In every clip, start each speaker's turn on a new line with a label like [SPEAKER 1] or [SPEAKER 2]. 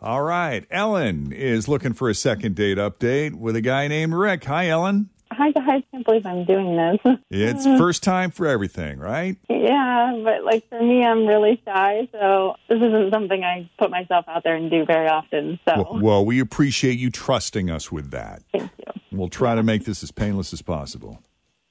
[SPEAKER 1] All right. Ellen is looking for a second date update with a guy named Rick. Hi, Ellen.
[SPEAKER 2] Hi guys, can't believe I'm doing this.
[SPEAKER 1] It's first time for everything, right?
[SPEAKER 2] yeah, but like for me, I'm really shy, so this isn't something I put myself out there and do very often. So
[SPEAKER 1] Well, well, we appreciate you trusting us with that.
[SPEAKER 2] thank you.
[SPEAKER 1] We'll try to make this as painless as possible.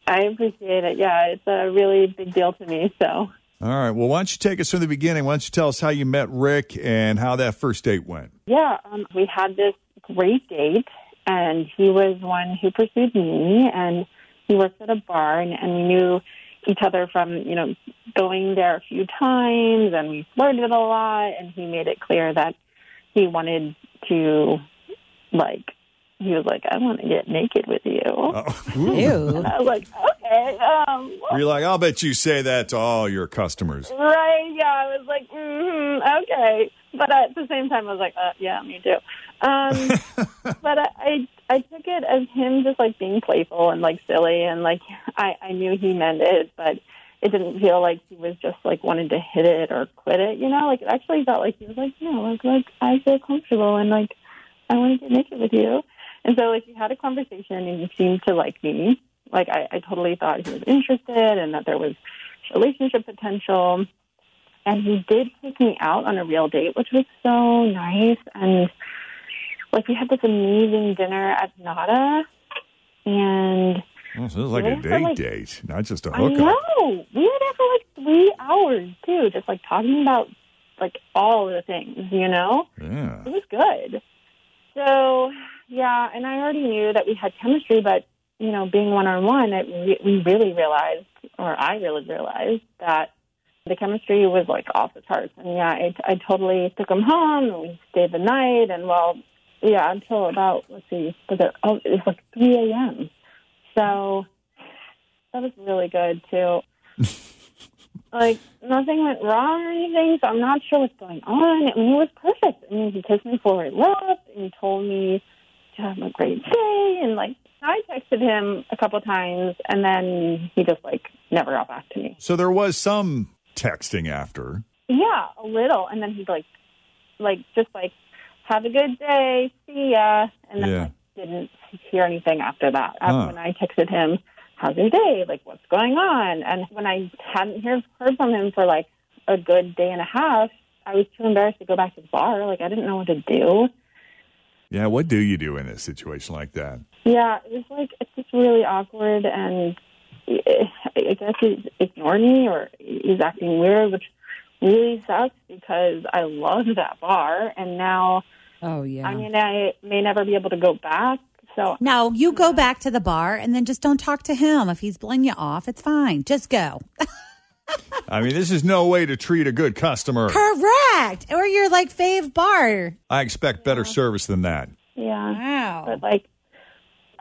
[SPEAKER 2] I appreciate it. Yeah, it's a really big deal to me. So
[SPEAKER 1] All right. Well, why don't you take us from the beginning? Why don't you tell us how you met Rick and how that first date went?
[SPEAKER 2] yeah, um, we had this great date, and he was one who pursued me, and he worked at a bar, and, and we knew each other from you know going there a few times, and we flirted a lot, and he made it clear that he wanted to like he was like I want to get naked with you.
[SPEAKER 1] Oh,
[SPEAKER 3] Ew.
[SPEAKER 2] I was like, okay, um,
[SPEAKER 1] You're like, I'll bet you say that to all your customers.
[SPEAKER 2] right? Yeah, I was like, mm okay, but at the same time, I was like, uh, yeah, me too. Um, but I, I, I took it as him just like being playful and like silly, and like I, I knew he meant it, but it didn't feel like he was just like wanted to hit it or quit it. You know, like it actually felt like he was like, no, like, like I feel comfortable and like I want to get naked with you. And so like we had a conversation and he seemed to like me. Like I, I totally thought he was interested and that there was relationship potential. And he did take me out on a real date, which was so nice. And like we had this amazing dinner at Nada and
[SPEAKER 1] Well, sounds like a
[SPEAKER 2] Yeah,
[SPEAKER 1] date
[SPEAKER 2] like-
[SPEAKER 1] date, not just a
[SPEAKER 2] I
[SPEAKER 1] hookup.
[SPEAKER 2] know. We were there for like three hours too, just like talking about like all the things, you know?
[SPEAKER 1] Yeah.
[SPEAKER 2] it was good. So, yeah, and I already knew that we had chemistry, but you know, being one on one, we really realized, or I really realized that the chemistry was like off the charts. And yeah, I, I totally took him home, and we stayed the night, and well, yeah, until about let's see, was it? Oh, it was like three a.m. So that was really good too. like nothing went wrong or anything, so I'm not sure what's going on. I mean, it was perfect. I mean, he kissed me for a love, and he told me to have a great day, and like I texted him a couple times, and then he just like never got back to me.
[SPEAKER 1] So there was some texting after.
[SPEAKER 2] Yeah, a little, and then he'd like, like just like, have a good day, see ya, and then
[SPEAKER 1] Yeah.
[SPEAKER 2] like, didn't hear anything after that.
[SPEAKER 1] Huh.
[SPEAKER 2] After When I texted him, how's your day? Like, what's going on? And when I hadn't heard heard from him for like a good day and a half, I was too embarrassed to go back to the bar. Like, I didn't know what to do.
[SPEAKER 1] Yeah, what do you do in a situation like that?
[SPEAKER 2] Yeah, it was like it's just really awkward, and I I guess he's ignored me or he's acting weird, which really sucks because I loved that bar, and now
[SPEAKER 3] Oh yeah.
[SPEAKER 2] I mean I may never be able to go back. So
[SPEAKER 3] no, you go back to the bar and then just don't talk to him. If he's blowing you off, it's fine. Just go.
[SPEAKER 1] I mean, this is no way to treat a good customer.
[SPEAKER 3] Correct. Or you're like fave bar.
[SPEAKER 1] I expect better service than that.
[SPEAKER 2] yeah,
[SPEAKER 3] Wow.
[SPEAKER 2] but like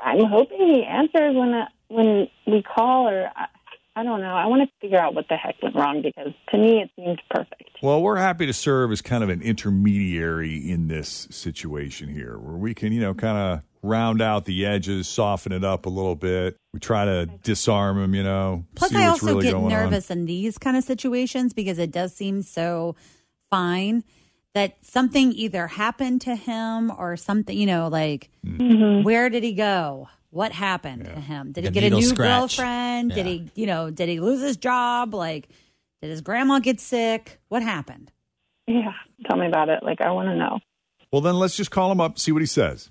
[SPEAKER 2] I'm hoping he answers when I, when we call, or I, I don't know. I want to figure out what the heck went wrong because to me it seemed perfect.
[SPEAKER 1] Well, we're happy to serve as kind of an intermediary in this situation here, where we can, you know, kind of round out the edges, soften it up a little bit. We try to disarm them, you know.
[SPEAKER 3] Plus,
[SPEAKER 1] see
[SPEAKER 3] I
[SPEAKER 1] what's
[SPEAKER 3] also
[SPEAKER 1] really
[SPEAKER 3] get
[SPEAKER 1] going on.
[SPEAKER 3] nervous in these kind of situations because it does seem so fine that something either happened to him or something, you know, like
[SPEAKER 1] Mm-hmm.
[SPEAKER 3] where did he go? What happened to him? Did
[SPEAKER 4] The
[SPEAKER 3] he get a
[SPEAKER 4] needle
[SPEAKER 3] new
[SPEAKER 4] scratch.
[SPEAKER 3] girlfriend? Did
[SPEAKER 4] Yeah.
[SPEAKER 3] he, you know, did he lose his job? Like, did his grandma get sick? What happened?
[SPEAKER 2] Yeah, tell me about it. Like I want to know.
[SPEAKER 1] Well, then let's just call him up, see what he says.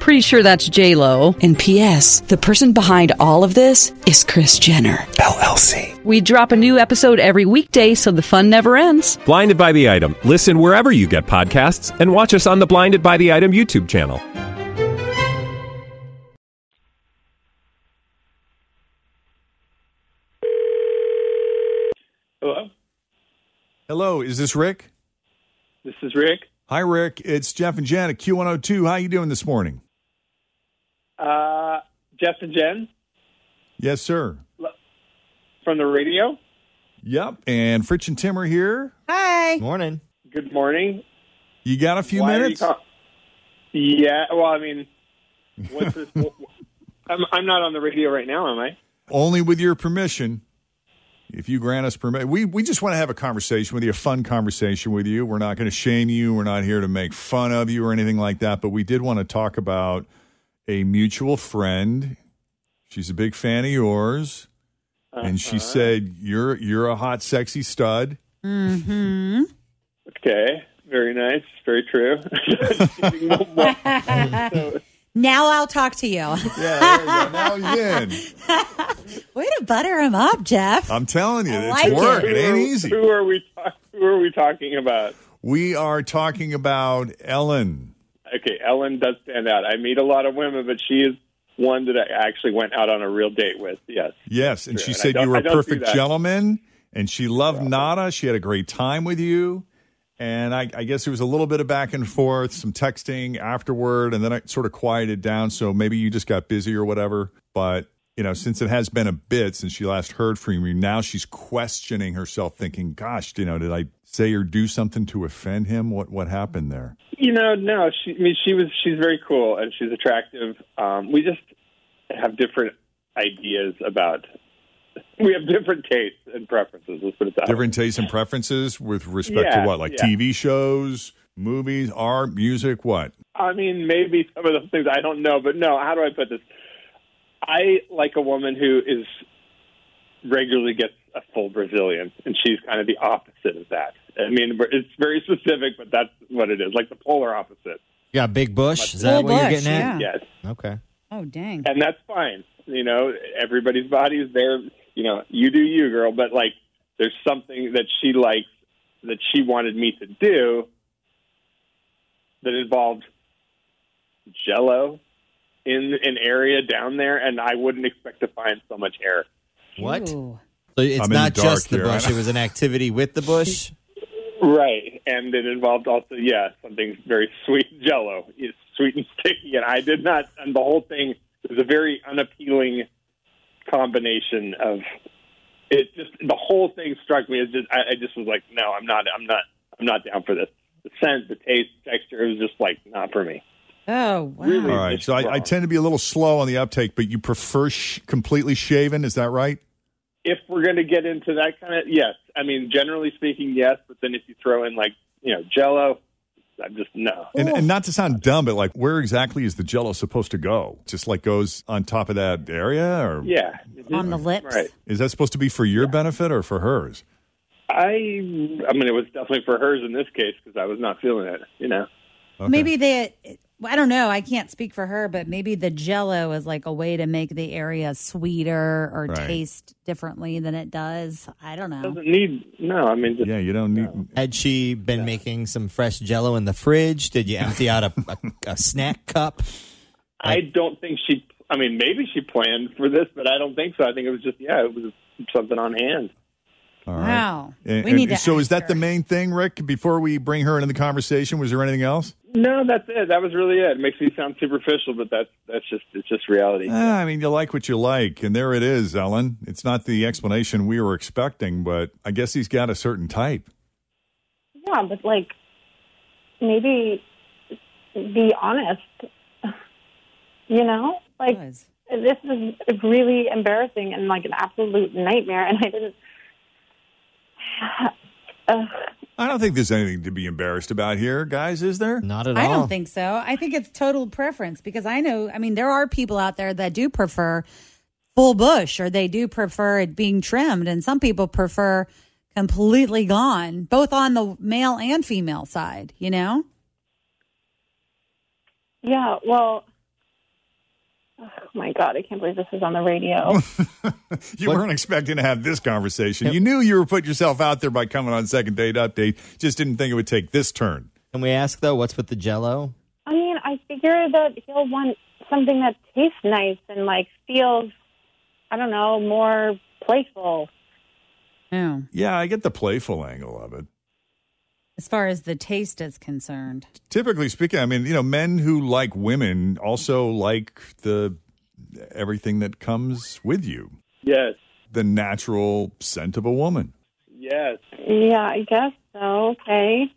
[SPEAKER 5] Pretty sure that's J Lo.
[SPEAKER 6] And P.S. The person behind all of this is Chris Jenner.
[SPEAKER 7] LLC.
[SPEAKER 5] We drop a new episode every weekday, so the fun never ends.
[SPEAKER 7] Blinded by the item. Listen wherever you get podcasts, and watch us on the Blinded by the Item YouTube channel.
[SPEAKER 8] Hello,
[SPEAKER 1] Hello, is this Rick?
[SPEAKER 8] this is Rick.
[SPEAKER 1] Hi, Rick. It's Jeff and Jan at Q102. How you doing this morning?
[SPEAKER 8] Uh, Jeff and Jen,
[SPEAKER 1] Yes, sir.
[SPEAKER 8] from the radio.
[SPEAKER 1] Yep. And Fritch and Tim are here.
[SPEAKER 3] Hi.
[SPEAKER 4] Morning.
[SPEAKER 8] Good morning.
[SPEAKER 1] You got a few
[SPEAKER 8] Why are you
[SPEAKER 1] minutes?
[SPEAKER 8] call- yeah. Well, I mean, what's this? I'm I'm not on the radio right now, am I?
[SPEAKER 1] Only with your permission. If you grant us permission, we, we just want to have a conversation with you, a fun conversation with you. We're not going to shame you. We're not here to make fun of you or anything like that. But we did want to talk about a mutual friend. She's a big fan of yours. And she said, You're you're a hot, sexy stud.
[SPEAKER 3] Mm-hmm.
[SPEAKER 8] Okay. Very nice. Very true. Well,
[SPEAKER 3] Now I'll talk to you.
[SPEAKER 1] Yeah, there you go. now he's in.
[SPEAKER 3] Way to butter him up, Jeff.
[SPEAKER 1] I'm telling you,
[SPEAKER 3] I
[SPEAKER 1] it's
[SPEAKER 3] like
[SPEAKER 1] work.
[SPEAKER 3] it.
[SPEAKER 1] It.
[SPEAKER 8] who are-
[SPEAKER 1] ain't easy.
[SPEAKER 8] Who are we? talk- Who are we talking about?
[SPEAKER 1] We are talking about Ellen.
[SPEAKER 8] Okay, Ellen does stand out. I meet a lot of women, but she is one that I actually went out on a real date with. Yes.
[SPEAKER 1] Yes, and
[SPEAKER 8] Sure,
[SPEAKER 1] she
[SPEAKER 8] and I
[SPEAKER 1] said
[SPEAKER 8] don't-
[SPEAKER 1] you were
[SPEAKER 8] I
[SPEAKER 1] a
[SPEAKER 8] don't do
[SPEAKER 1] perfect
[SPEAKER 8] that.
[SPEAKER 1] gentleman, and she loved Nada. She had a great time with you, and I, I guess there was a little bit of back and forth, some texting afterward, and then I sort of quieted down. So maybe you just got busy or whatever. But you know, since it has been a bit since she last heard from you, now she's questioning herself, thinking, "Gosh, you know, did I say or do something to offend him? What what happened there?"
[SPEAKER 8] You know, no, she I mean she was she's very cool and she's attractive. Um, we just have different ideas about we have different tastes and preferences. Let's put it that
[SPEAKER 1] Different tastes and preferences with respect
[SPEAKER 8] Yeah,
[SPEAKER 1] to what, like
[SPEAKER 8] yeah.
[SPEAKER 1] TV shows, movies, art, music, what?
[SPEAKER 8] way. I mean, maybe some of those things I don't know, but no. How do I put this? I like a woman who is regularly gets a full Brazilian, and she's kind of the opposite of that. I mean, it's very specific, but that's what it is, like the polar opposite.
[SPEAKER 4] You got a big bush? Is that
[SPEAKER 3] Full
[SPEAKER 4] what you're
[SPEAKER 3] bush,
[SPEAKER 4] getting at?
[SPEAKER 8] Yes.
[SPEAKER 4] Okay.
[SPEAKER 3] Oh, dang.
[SPEAKER 8] and that's fine. You know, everybody's body is there. You know, you do you, girl. But like, there's something that she likes that she wanted me to do that involved Jello in an area down there, and I wouldn't expect to find so much air.
[SPEAKER 4] What? So
[SPEAKER 3] Ooh.
[SPEAKER 4] it's
[SPEAKER 1] I'm in the
[SPEAKER 4] not
[SPEAKER 1] dark
[SPEAKER 4] just the
[SPEAKER 1] here.
[SPEAKER 4] bush. It was an activity with the bush.
[SPEAKER 8] Right, and it involved also, yeah, something very sweet, Jello, it's sweet and sticky, and I did not. And the whole thing was a very unappealing combination of it. Just the whole thing struck me as just, I, I just was like, no, I'm not, I'm not, I'm not down for this. The scent, the taste, texture, it was just like not for me.
[SPEAKER 3] Oh, wow.
[SPEAKER 8] Really?
[SPEAKER 1] All right.
[SPEAKER 8] It's
[SPEAKER 1] So I, I
[SPEAKER 8] wrong.
[SPEAKER 1] tend to be a little slow on the uptake, but you prefer sh- completely shaven. Is that right?
[SPEAKER 8] If we're going to get into that kind of, yes, I mean, generally speaking, yes, but then if you throw in like, you know, Jello, I'm just no.
[SPEAKER 1] And, and not to sound dumb, but like, where exactly is the jello supposed to go? Just like goes on top of that area? Or
[SPEAKER 8] Yeah,
[SPEAKER 3] On the lips.
[SPEAKER 8] Right.
[SPEAKER 1] is that supposed to be for your benefit or for hers?
[SPEAKER 8] I, I mean, it was definitely for hers in this case because I was not feeling it. You know,
[SPEAKER 1] Okay.
[SPEAKER 3] Maybe they, I don't know. I can't speak for her, but maybe the jello is like a way to make the area sweeter or
[SPEAKER 1] Right.
[SPEAKER 3] taste differently than it does. I don't know.
[SPEAKER 8] doesn't need no. I mean, just,
[SPEAKER 1] Yeah, you don't need.
[SPEAKER 4] Had she been making some fresh jello in the fridge? Did you empty out a, a, a snack cup?
[SPEAKER 8] I don't think she. I mean, maybe she planned for this, but I don't think so. I think it was just yeah, it was something on hand.
[SPEAKER 1] All right.
[SPEAKER 3] Wow.
[SPEAKER 1] And-
[SPEAKER 3] we
[SPEAKER 1] and
[SPEAKER 3] need to
[SPEAKER 1] so is
[SPEAKER 3] ask
[SPEAKER 1] that the
[SPEAKER 3] her.
[SPEAKER 1] main thing, Rick? Before we bring her into the conversation, was there anything else?
[SPEAKER 8] No, that's it. That was really it. It makes me sound superficial, but that's that's just it's just reality.
[SPEAKER 1] Ah, I mean, you like what you like, and there it is, Ellen. It's not the explanation we were expecting, but I guess he's got a certain type.
[SPEAKER 2] Yeah, but like maybe be honest. You know, like
[SPEAKER 3] Was.
[SPEAKER 2] this is really embarrassing and like an absolute nightmare. And I didn't. uh, Ugh.
[SPEAKER 1] I don't think there's anything to be embarrassed about here, guys, is there?
[SPEAKER 4] Not at
[SPEAKER 3] I
[SPEAKER 4] all.
[SPEAKER 3] don't think so. I think it's total preference because I know, I mean, there are people out there that do prefer full bush or they do prefer it being trimmed, and some people prefer completely gone, both on the male and female side, you know?
[SPEAKER 2] Yeah. Well. Oh my god! I can't believe this is on the radio.
[SPEAKER 1] You weren't expecting to have this conversation. You knew you were putting yourself out there by coming on second date update. Just didn't think it would take this turn.
[SPEAKER 4] Can we ask though? What's with the jello?
[SPEAKER 2] I mean, I figure that he'll want something that tastes nice and like feels, I don't know, more playful.
[SPEAKER 3] Yeah.
[SPEAKER 1] Yeah, I get the playful angle of it.
[SPEAKER 3] As far as the taste is concerned,
[SPEAKER 1] Typically speaking, I mean, you know, men who like women also like the everything that comes with you.
[SPEAKER 8] Yes,
[SPEAKER 1] the natural scent of a woman.
[SPEAKER 8] Yes.
[SPEAKER 2] Yeah, I guess so. Okay.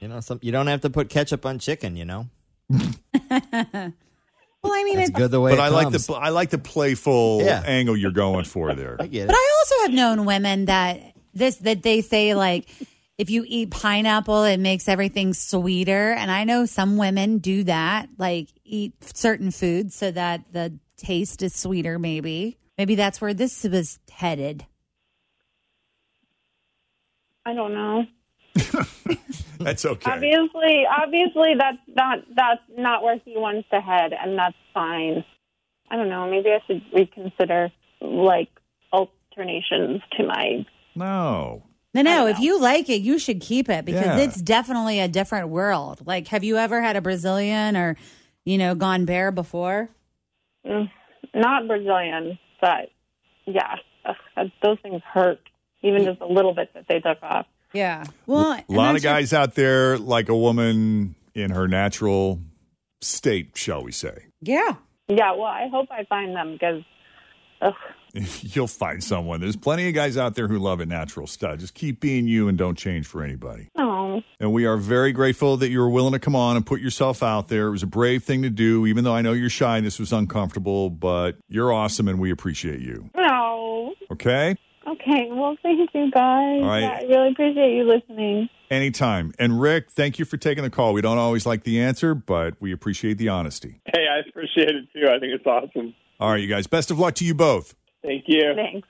[SPEAKER 4] You know, some, you don't have to put ketchup on chicken. You know,
[SPEAKER 3] Well, I mean,
[SPEAKER 4] it's
[SPEAKER 3] it's,
[SPEAKER 4] good the way.
[SPEAKER 1] But
[SPEAKER 4] it
[SPEAKER 1] I like
[SPEAKER 4] comes.
[SPEAKER 1] the I like the playful
[SPEAKER 4] Yeah.
[SPEAKER 1] angle you're going for there.
[SPEAKER 4] I get
[SPEAKER 3] but
[SPEAKER 4] it.
[SPEAKER 3] I also have known women that this that they say like if you eat pineapple, it makes everything sweeter. And I know some women do that, like eat certain foods so that the taste is sweeter. Maybe, maybe that's where this was headed.
[SPEAKER 2] I don't know.
[SPEAKER 1] That's okay.
[SPEAKER 2] Obviously, obviously that's not that's not where he wants to head, and that's fine. I don't know. Maybe I should reconsider like alternations to my.
[SPEAKER 1] No.
[SPEAKER 3] No, no. If you like it, you should keep it because
[SPEAKER 1] Yeah.
[SPEAKER 3] it's definitely a different world. Like, have you ever had a Brazilian or, you know, gone bare before?
[SPEAKER 2] mm, Not Brazilian, but yeah, ugh, those things hurt. Even just a little bit that they took off.
[SPEAKER 3] Yeah. Well,
[SPEAKER 1] a
[SPEAKER 3] and
[SPEAKER 1] lot
[SPEAKER 3] that's
[SPEAKER 1] of
[SPEAKER 3] your-
[SPEAKER 1] guys out there like a woman in her natural state, shall we say.
[SPEAKER 3] yeah.
[SPEAKER 2] Yeah, well, I hope I find them because
[SPEAKER 1] You'll find someone. There's plenty of guys out there who love it natural stuff. Just keep being you and don't change for anybody.
[SPEAKER 2] no,
[SPEAKER 1] And we are very grateful that you were willing to come on and put yourself out there. It was a brave thing to do, even though I know you're shy and this was uncomfortable, but you're awesome and we appreciate you.
[SPEAKER 2] no.
[SPEAKER 1] Okay?
[SPEAKER 2] Okay, well, thank you guys.
[SPEAKER 1] All right.
[SPEAKER 2] Yeah, I really appreciate you listening.
[SPEAKER 1] Anytime. And Rick, thank you for taking the call. We don't always like the answer, but we appreciate the honesty.
[SPEAKER 8] Hey, I appreciate it too. I think it's awesome.
[SPEAKER 1] All right, you guys, best of luck to you both.
[SPEAKER 8] Thank you.
[SPEAKER 2] Thanks.